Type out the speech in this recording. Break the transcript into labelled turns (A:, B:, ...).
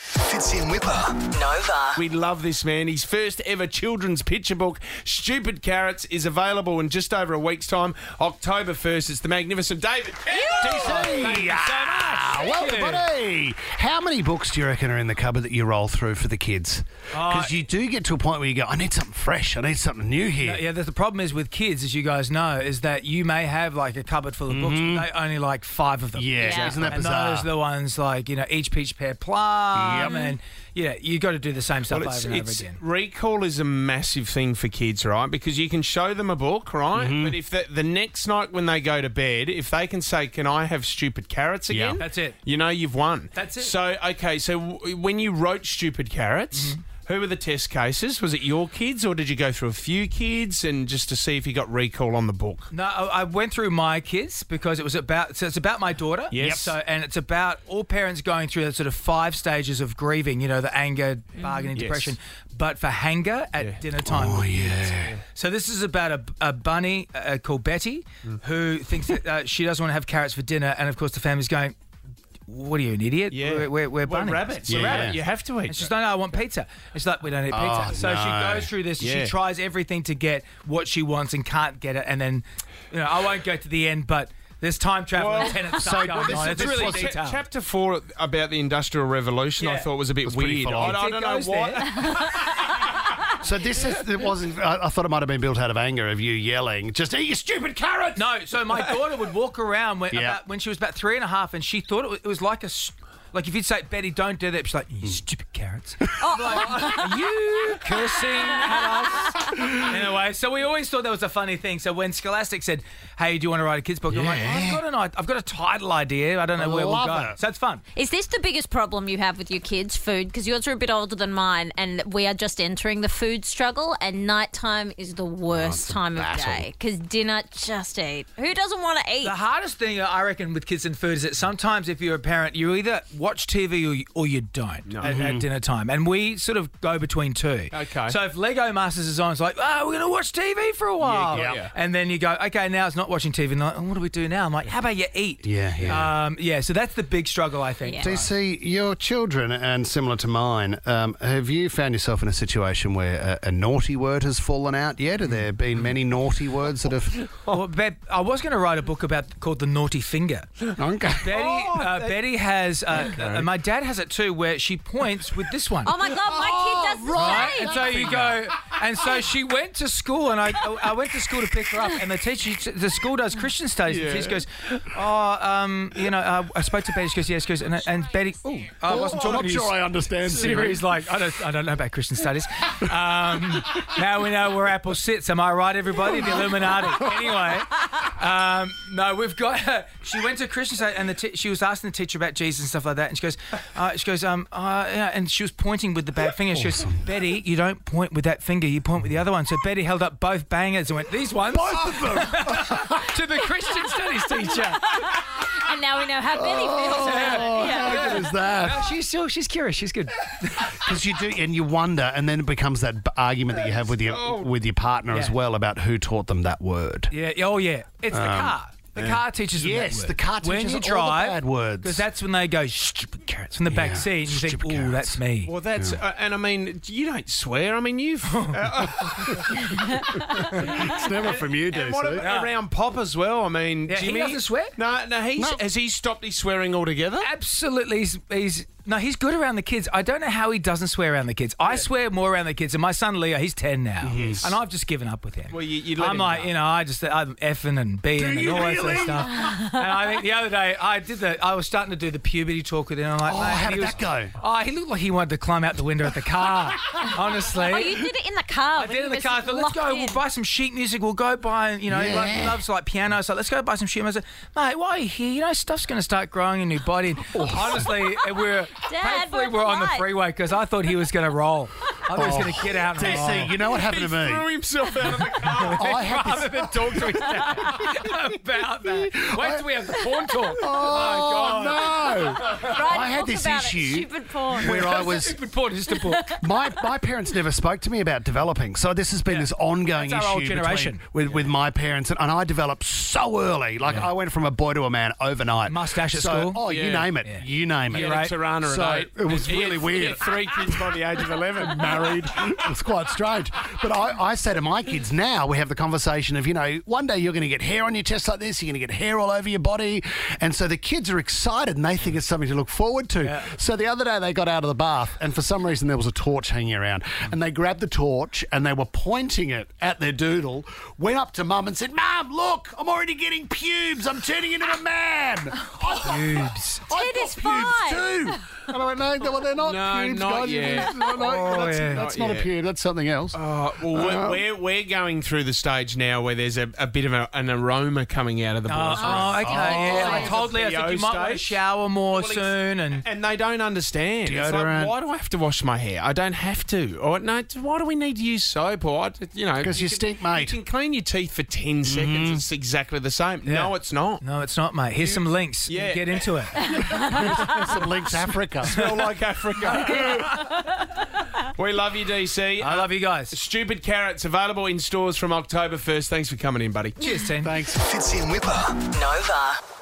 A: Fitzy and Whipper.
B: Nova.
C: We love this man. His first ever children's picture book, Stupid Carrots, is available in just over a week's time, October 1st. It's the magnificent David. DC, thank you so much.
A: Ah,
C: Thank
A: welcome,
C: you.
A: buddy. How many books do you reckon are in the cupboard that you roll through for the kids?
C: Uh,
A: Because you do get to a point where you go, I need something fresh. I need something new here.
D: Yeah, the, the problem is with kids, as you guys know, is that you may have like a cupboard full of books, but they only like five of them.
A: Yeah, Yeah. isn't that
D: and
A: bizarre?
D: Those are the ones like you know each peach pear plum, and yeah, you got to do the same stuff
C: Well, it's,
D: over and over
C: it's-
D: again.
C: Recall is a massive thing for kids, right? Because you can show them a book, right?
D: Mm-hmm.
C: But if the, the next night when they go to bed, if they can say, "Can I have stupid carrots
A: Yeah.
C: again?"
D: That's it.
C: You know you've won.
D: That's it.
C: So okay, so w- when you wrote stupid carrots.
D: Mm-hmm.
C: Who were the test cases? Was it your kids, or did you go through a few kids and just to see if you got recall on the book?
D: No, I, I went through my kids because it was about so it's about my daughter.
C: Yes.
D: So and it's about all parents going through the sort of five stages of grieving. You know, the anger, bargaining,
C: Mm. Yes.
D: depression, but for hanger at dinner time.
A: Oh, yeah.
D: So this is about a, a bunny uh, called Betty
C: Mm.
D: who thinks that uh, she doesn't want to have carrots for dinner, and of course the family's going, "What are you, an idiot? We're, we're, we're bunnies."
C: rabbits.
A: Yeah.
C: We're rabbit. You have to eat.
D: And she's like, no, I want pizza. It's like, we don't eat pizza.
A: Oh,
D: so
A: no.
D: she goes through this.
C: Yeah.
D: She tries everything to get what she wants and can't get it. And then, you know, I won't go to the end, but there's time travel
C: Well,
D: and tenant stuff going
C: this-
D: on. It's
C: this
D: really
C: was-
D: detailed.
C: cha- Chapter four about the Industrial Revolution, I
D: Yeah.
C: thought was a bit
A: pretty
C: weird.
A: full
C: I,
A: on.
C: I
D: It
C: don't know
D: goes
C: why.
D: there.
A: So this is, it wasn't, I, I thought it might have been built out of anger of you yelling, just eat your stupid carrot.
D: No, so my daughter would walk around when,
A: Yeah.
D: about, when she was about three and a half, and she thought it was, it was like a. s- Like if you'd say, Betty, don't do that, she's like,
A: Hmm.
D: you stupid carrots. I'm like, are you cursing at us? Anyway, so we always thought that was a funny thing. So when Scholastic said, hey, do you want to write a kid's book? I'm like, I've got, an, i- I've got a title idea. I don't know
A: I
D: where we'll
A: love
D: go.
A: it.
D: So it's fun.
E: Is this the biggest problem you have with your kids' food? Because yours are a bit older than mine, and we are just entering the food struggle, and nighttime is the worst time of
A: battle.
E: day. Because dinner, just eat. Who doesn't want to eat?
D: The hardest thing I reckon with kids and food is that sometimes if you're a parent, you either watch TV or you, or you don't at,
A: Mm-hmm.
D: at dinner time, and we sort of go between two.
C: Okay.
D: So if Lego Masters is on, it's like, oh, we're gonna watch TV for a while,
C: got ya.
D: and then you go, okay, now it's not watching TV. And like, oh, what do we do now? I'm like, how about you eat?
A: Yeah, yeah.
D: Um, yeah. So that's the big struggle, I think.
E: Yeah.
A: DC, your children, and similar to mine, um, have you found yourself in a situation where a, a naughty word has fallen out yet? Have there been many naughty words that have.
D: Well, babe, I was going to write a book about called the Naughty Finger.
A: Okay.
D: Betty, uh, Betty has, uh, uh, my dad has it too, where she points with this one.
E: oh my god, my kid does the
D: right?
E: same.
D: And so you go, and so she went to school, and I, I went to school to pick her up, and the teacher, the school does Christian studies, and the teacher goes, oh, um, you know, uh, I spoke to Betty, she goes, yes, she goes, and, and Betty, oh, I wasn't talking to you.
A: understand.
D: Series like I don't I don't know about Christian studies. Um, now we know where Apple sits. Am I right, everybody? The Illuminati. Anyway, um, no, we've got her. She went to Christian studies and the t- she was asking the teacher about Jesus and stuff like that. And she goes, uh, she goes, um, uh, yeah, and she was pointing with the bad finger. She goes, Betty, you don't point with that finger. You point with the other one. So Betty held up both bangers and went, these ones
A: Both of them.
D: to the Christian studies teacher.
E: and now we know how Betty
D: Oh,
E: feels about it. Yeah.
A: How good is that?
D: Uh, She's still she's curious. She's good.
A: Because you do, and you wonder, and then it becomes that b- argument that you have with your with your partner as
D: Yeah.
A: well about who taught them that word.
D: Yeah. yeah, Oh, yeah. It's the car. The car teaches them
A: Um, Yes,
D: that word.
A: the car
D: when
A: teaches
D: you
A: all the
D: drive,
A: bad words.
D: Because that's when they go stupid carrots from the
A: Yeah,
D: back seat, and you think,
A: stupid
D: "Oh,
A: carrots."
D: that's me."
C: Well, that's uh, and I mean, you don't swear. I mean, you've uh,
A: It's never from you, Ah.
C: and what
A: DC.
C: about around Pop as well. I mean,
D: Yeah, he
C: Jimmy
D: doesn't swear.
C: No, no, he's has he stopped his swearing altogether?
D: Absolutely, he's, he's no, he's good around the kids. I don't know how he doesn't swear around the kids. I swear more around the kids, and my son Leo, he's ten now, and I've just given up with him.
C: Well, you- you let
D: I'm
C: him
D: like,
C: go.
D: you know, I just I'm effing and being and all that sort of stuff. and I think the other day I did the, I was starting to do the puberty talk with him. I'm like,
A: Oh,
D: "Mate,"
A: how
D: and he
A: did
D: was-
A: that go?
D: Oh, he looked like he wanted to climb out the window at the car. honestly,
E: Oh, you did it in the car.
D: I did in the car. I thought, let's go. We'll buy some sheet music. We'll go buy, you know,
A: Yeah.
D: like, he loves like piano. So let's go buy some sheet music. Mate, why are you here? You know, stuff's going to start growing in your body. Honestly, we we're
E: Dad,
D: thankfully
E: we're
D: we're on the
E: polite.
D: freeway because I thought he was going to roll. I'm just going to get out and roll.
A: DC, you know what happened
C: Oh. He
A: to me?
C: threw himself out of the car.
A: I had this-
D: Rather than talk to his dad about that. Wait till we have the porn talk. Oh, God.
A: Oh no! I had
E: talk
A: this
E: about it,
A: issue
E: Stupid porn.
A: Where I was,
D: Stupid porn is just a book.
A: my, my parents never spoke to me about developing, so this has been this ongoing
D: That's
A: issue
D: our old
A: between-
D: generation.
A: with with my parents, and, and I developed so early. Like I went from a boy to a man overnight.
D: Mustache at
A: So-
D: school?
A: Oh, you
C: Yeah.
A: name it,
D: Yeah.
A: you name it.
D: Yeah,
C: Yeah,
D: right.
C: Tirana at
A: So,
C: eight.
A: it was
C: He had-
A: really
C: he had
A: weird.
C: three kids by the age of 11.
A: married. it's quite strange. But I, I say to my kids now, we have the conversation of, you know, one day you're going to get hair on your chest like this, you're going to get hair all over your body. And so the kids are excited and they think it's something to look forward to. So the other day they got out of the bath and for some reason there was a torch hanging around
C: Mm.
A: and they grabbed the torch and they were pointing it at their doodle, went up to mum and said, Mum, look, I'm already getting pubes. I'm turning into a man. pubes.
E: Ted
A: I've
E: is
A: got
E: fine.
A: pubes too. And I went, no, well, they're not
C: No,
A: pubes,
C: not
A: guys. You-
C: yet.
A: no, no,
D: Oh,
A: that's,
D: yeah.
A: that's
C: Not
A: not,
C: yet.
A: a pub. That's something else.
C: Oh, well,
A: Uh-huh.
C: we're, we're, we're going through the stage now where there's a, a bit of a, an aroma coming out of the
D: Oh,
C: boys.
D: oh, okay. yeah. I told Lee I think you might want to
C: Stage.
D: shower more
C: Well, ex-
D: soon. And
C: And they don't understand. It's
A: Deodorant.
C: like, why do I have to wash my hair? I don't have to. Or no, it's- why do we need to use soap? Or I- you know,
A: 'Cause you
C: can-
A: stink, mate. Mm-hmm.
C: You can clean your teeth for 10 seconds. It's exactly the same. No, it's not.
D: no, it's not, mate. Here's some links.
C: Yeah.
D: Get into it.
A: Some links Africa.
C: Smell like Africa. we love you, DC.
D: I love you guys.
C: Stupid carrots available in stores from October 1st. Thanks for coming in, buddy.
D: Cheers, team.
A: Thanks.
B: Fitzy and Whipper. Nova.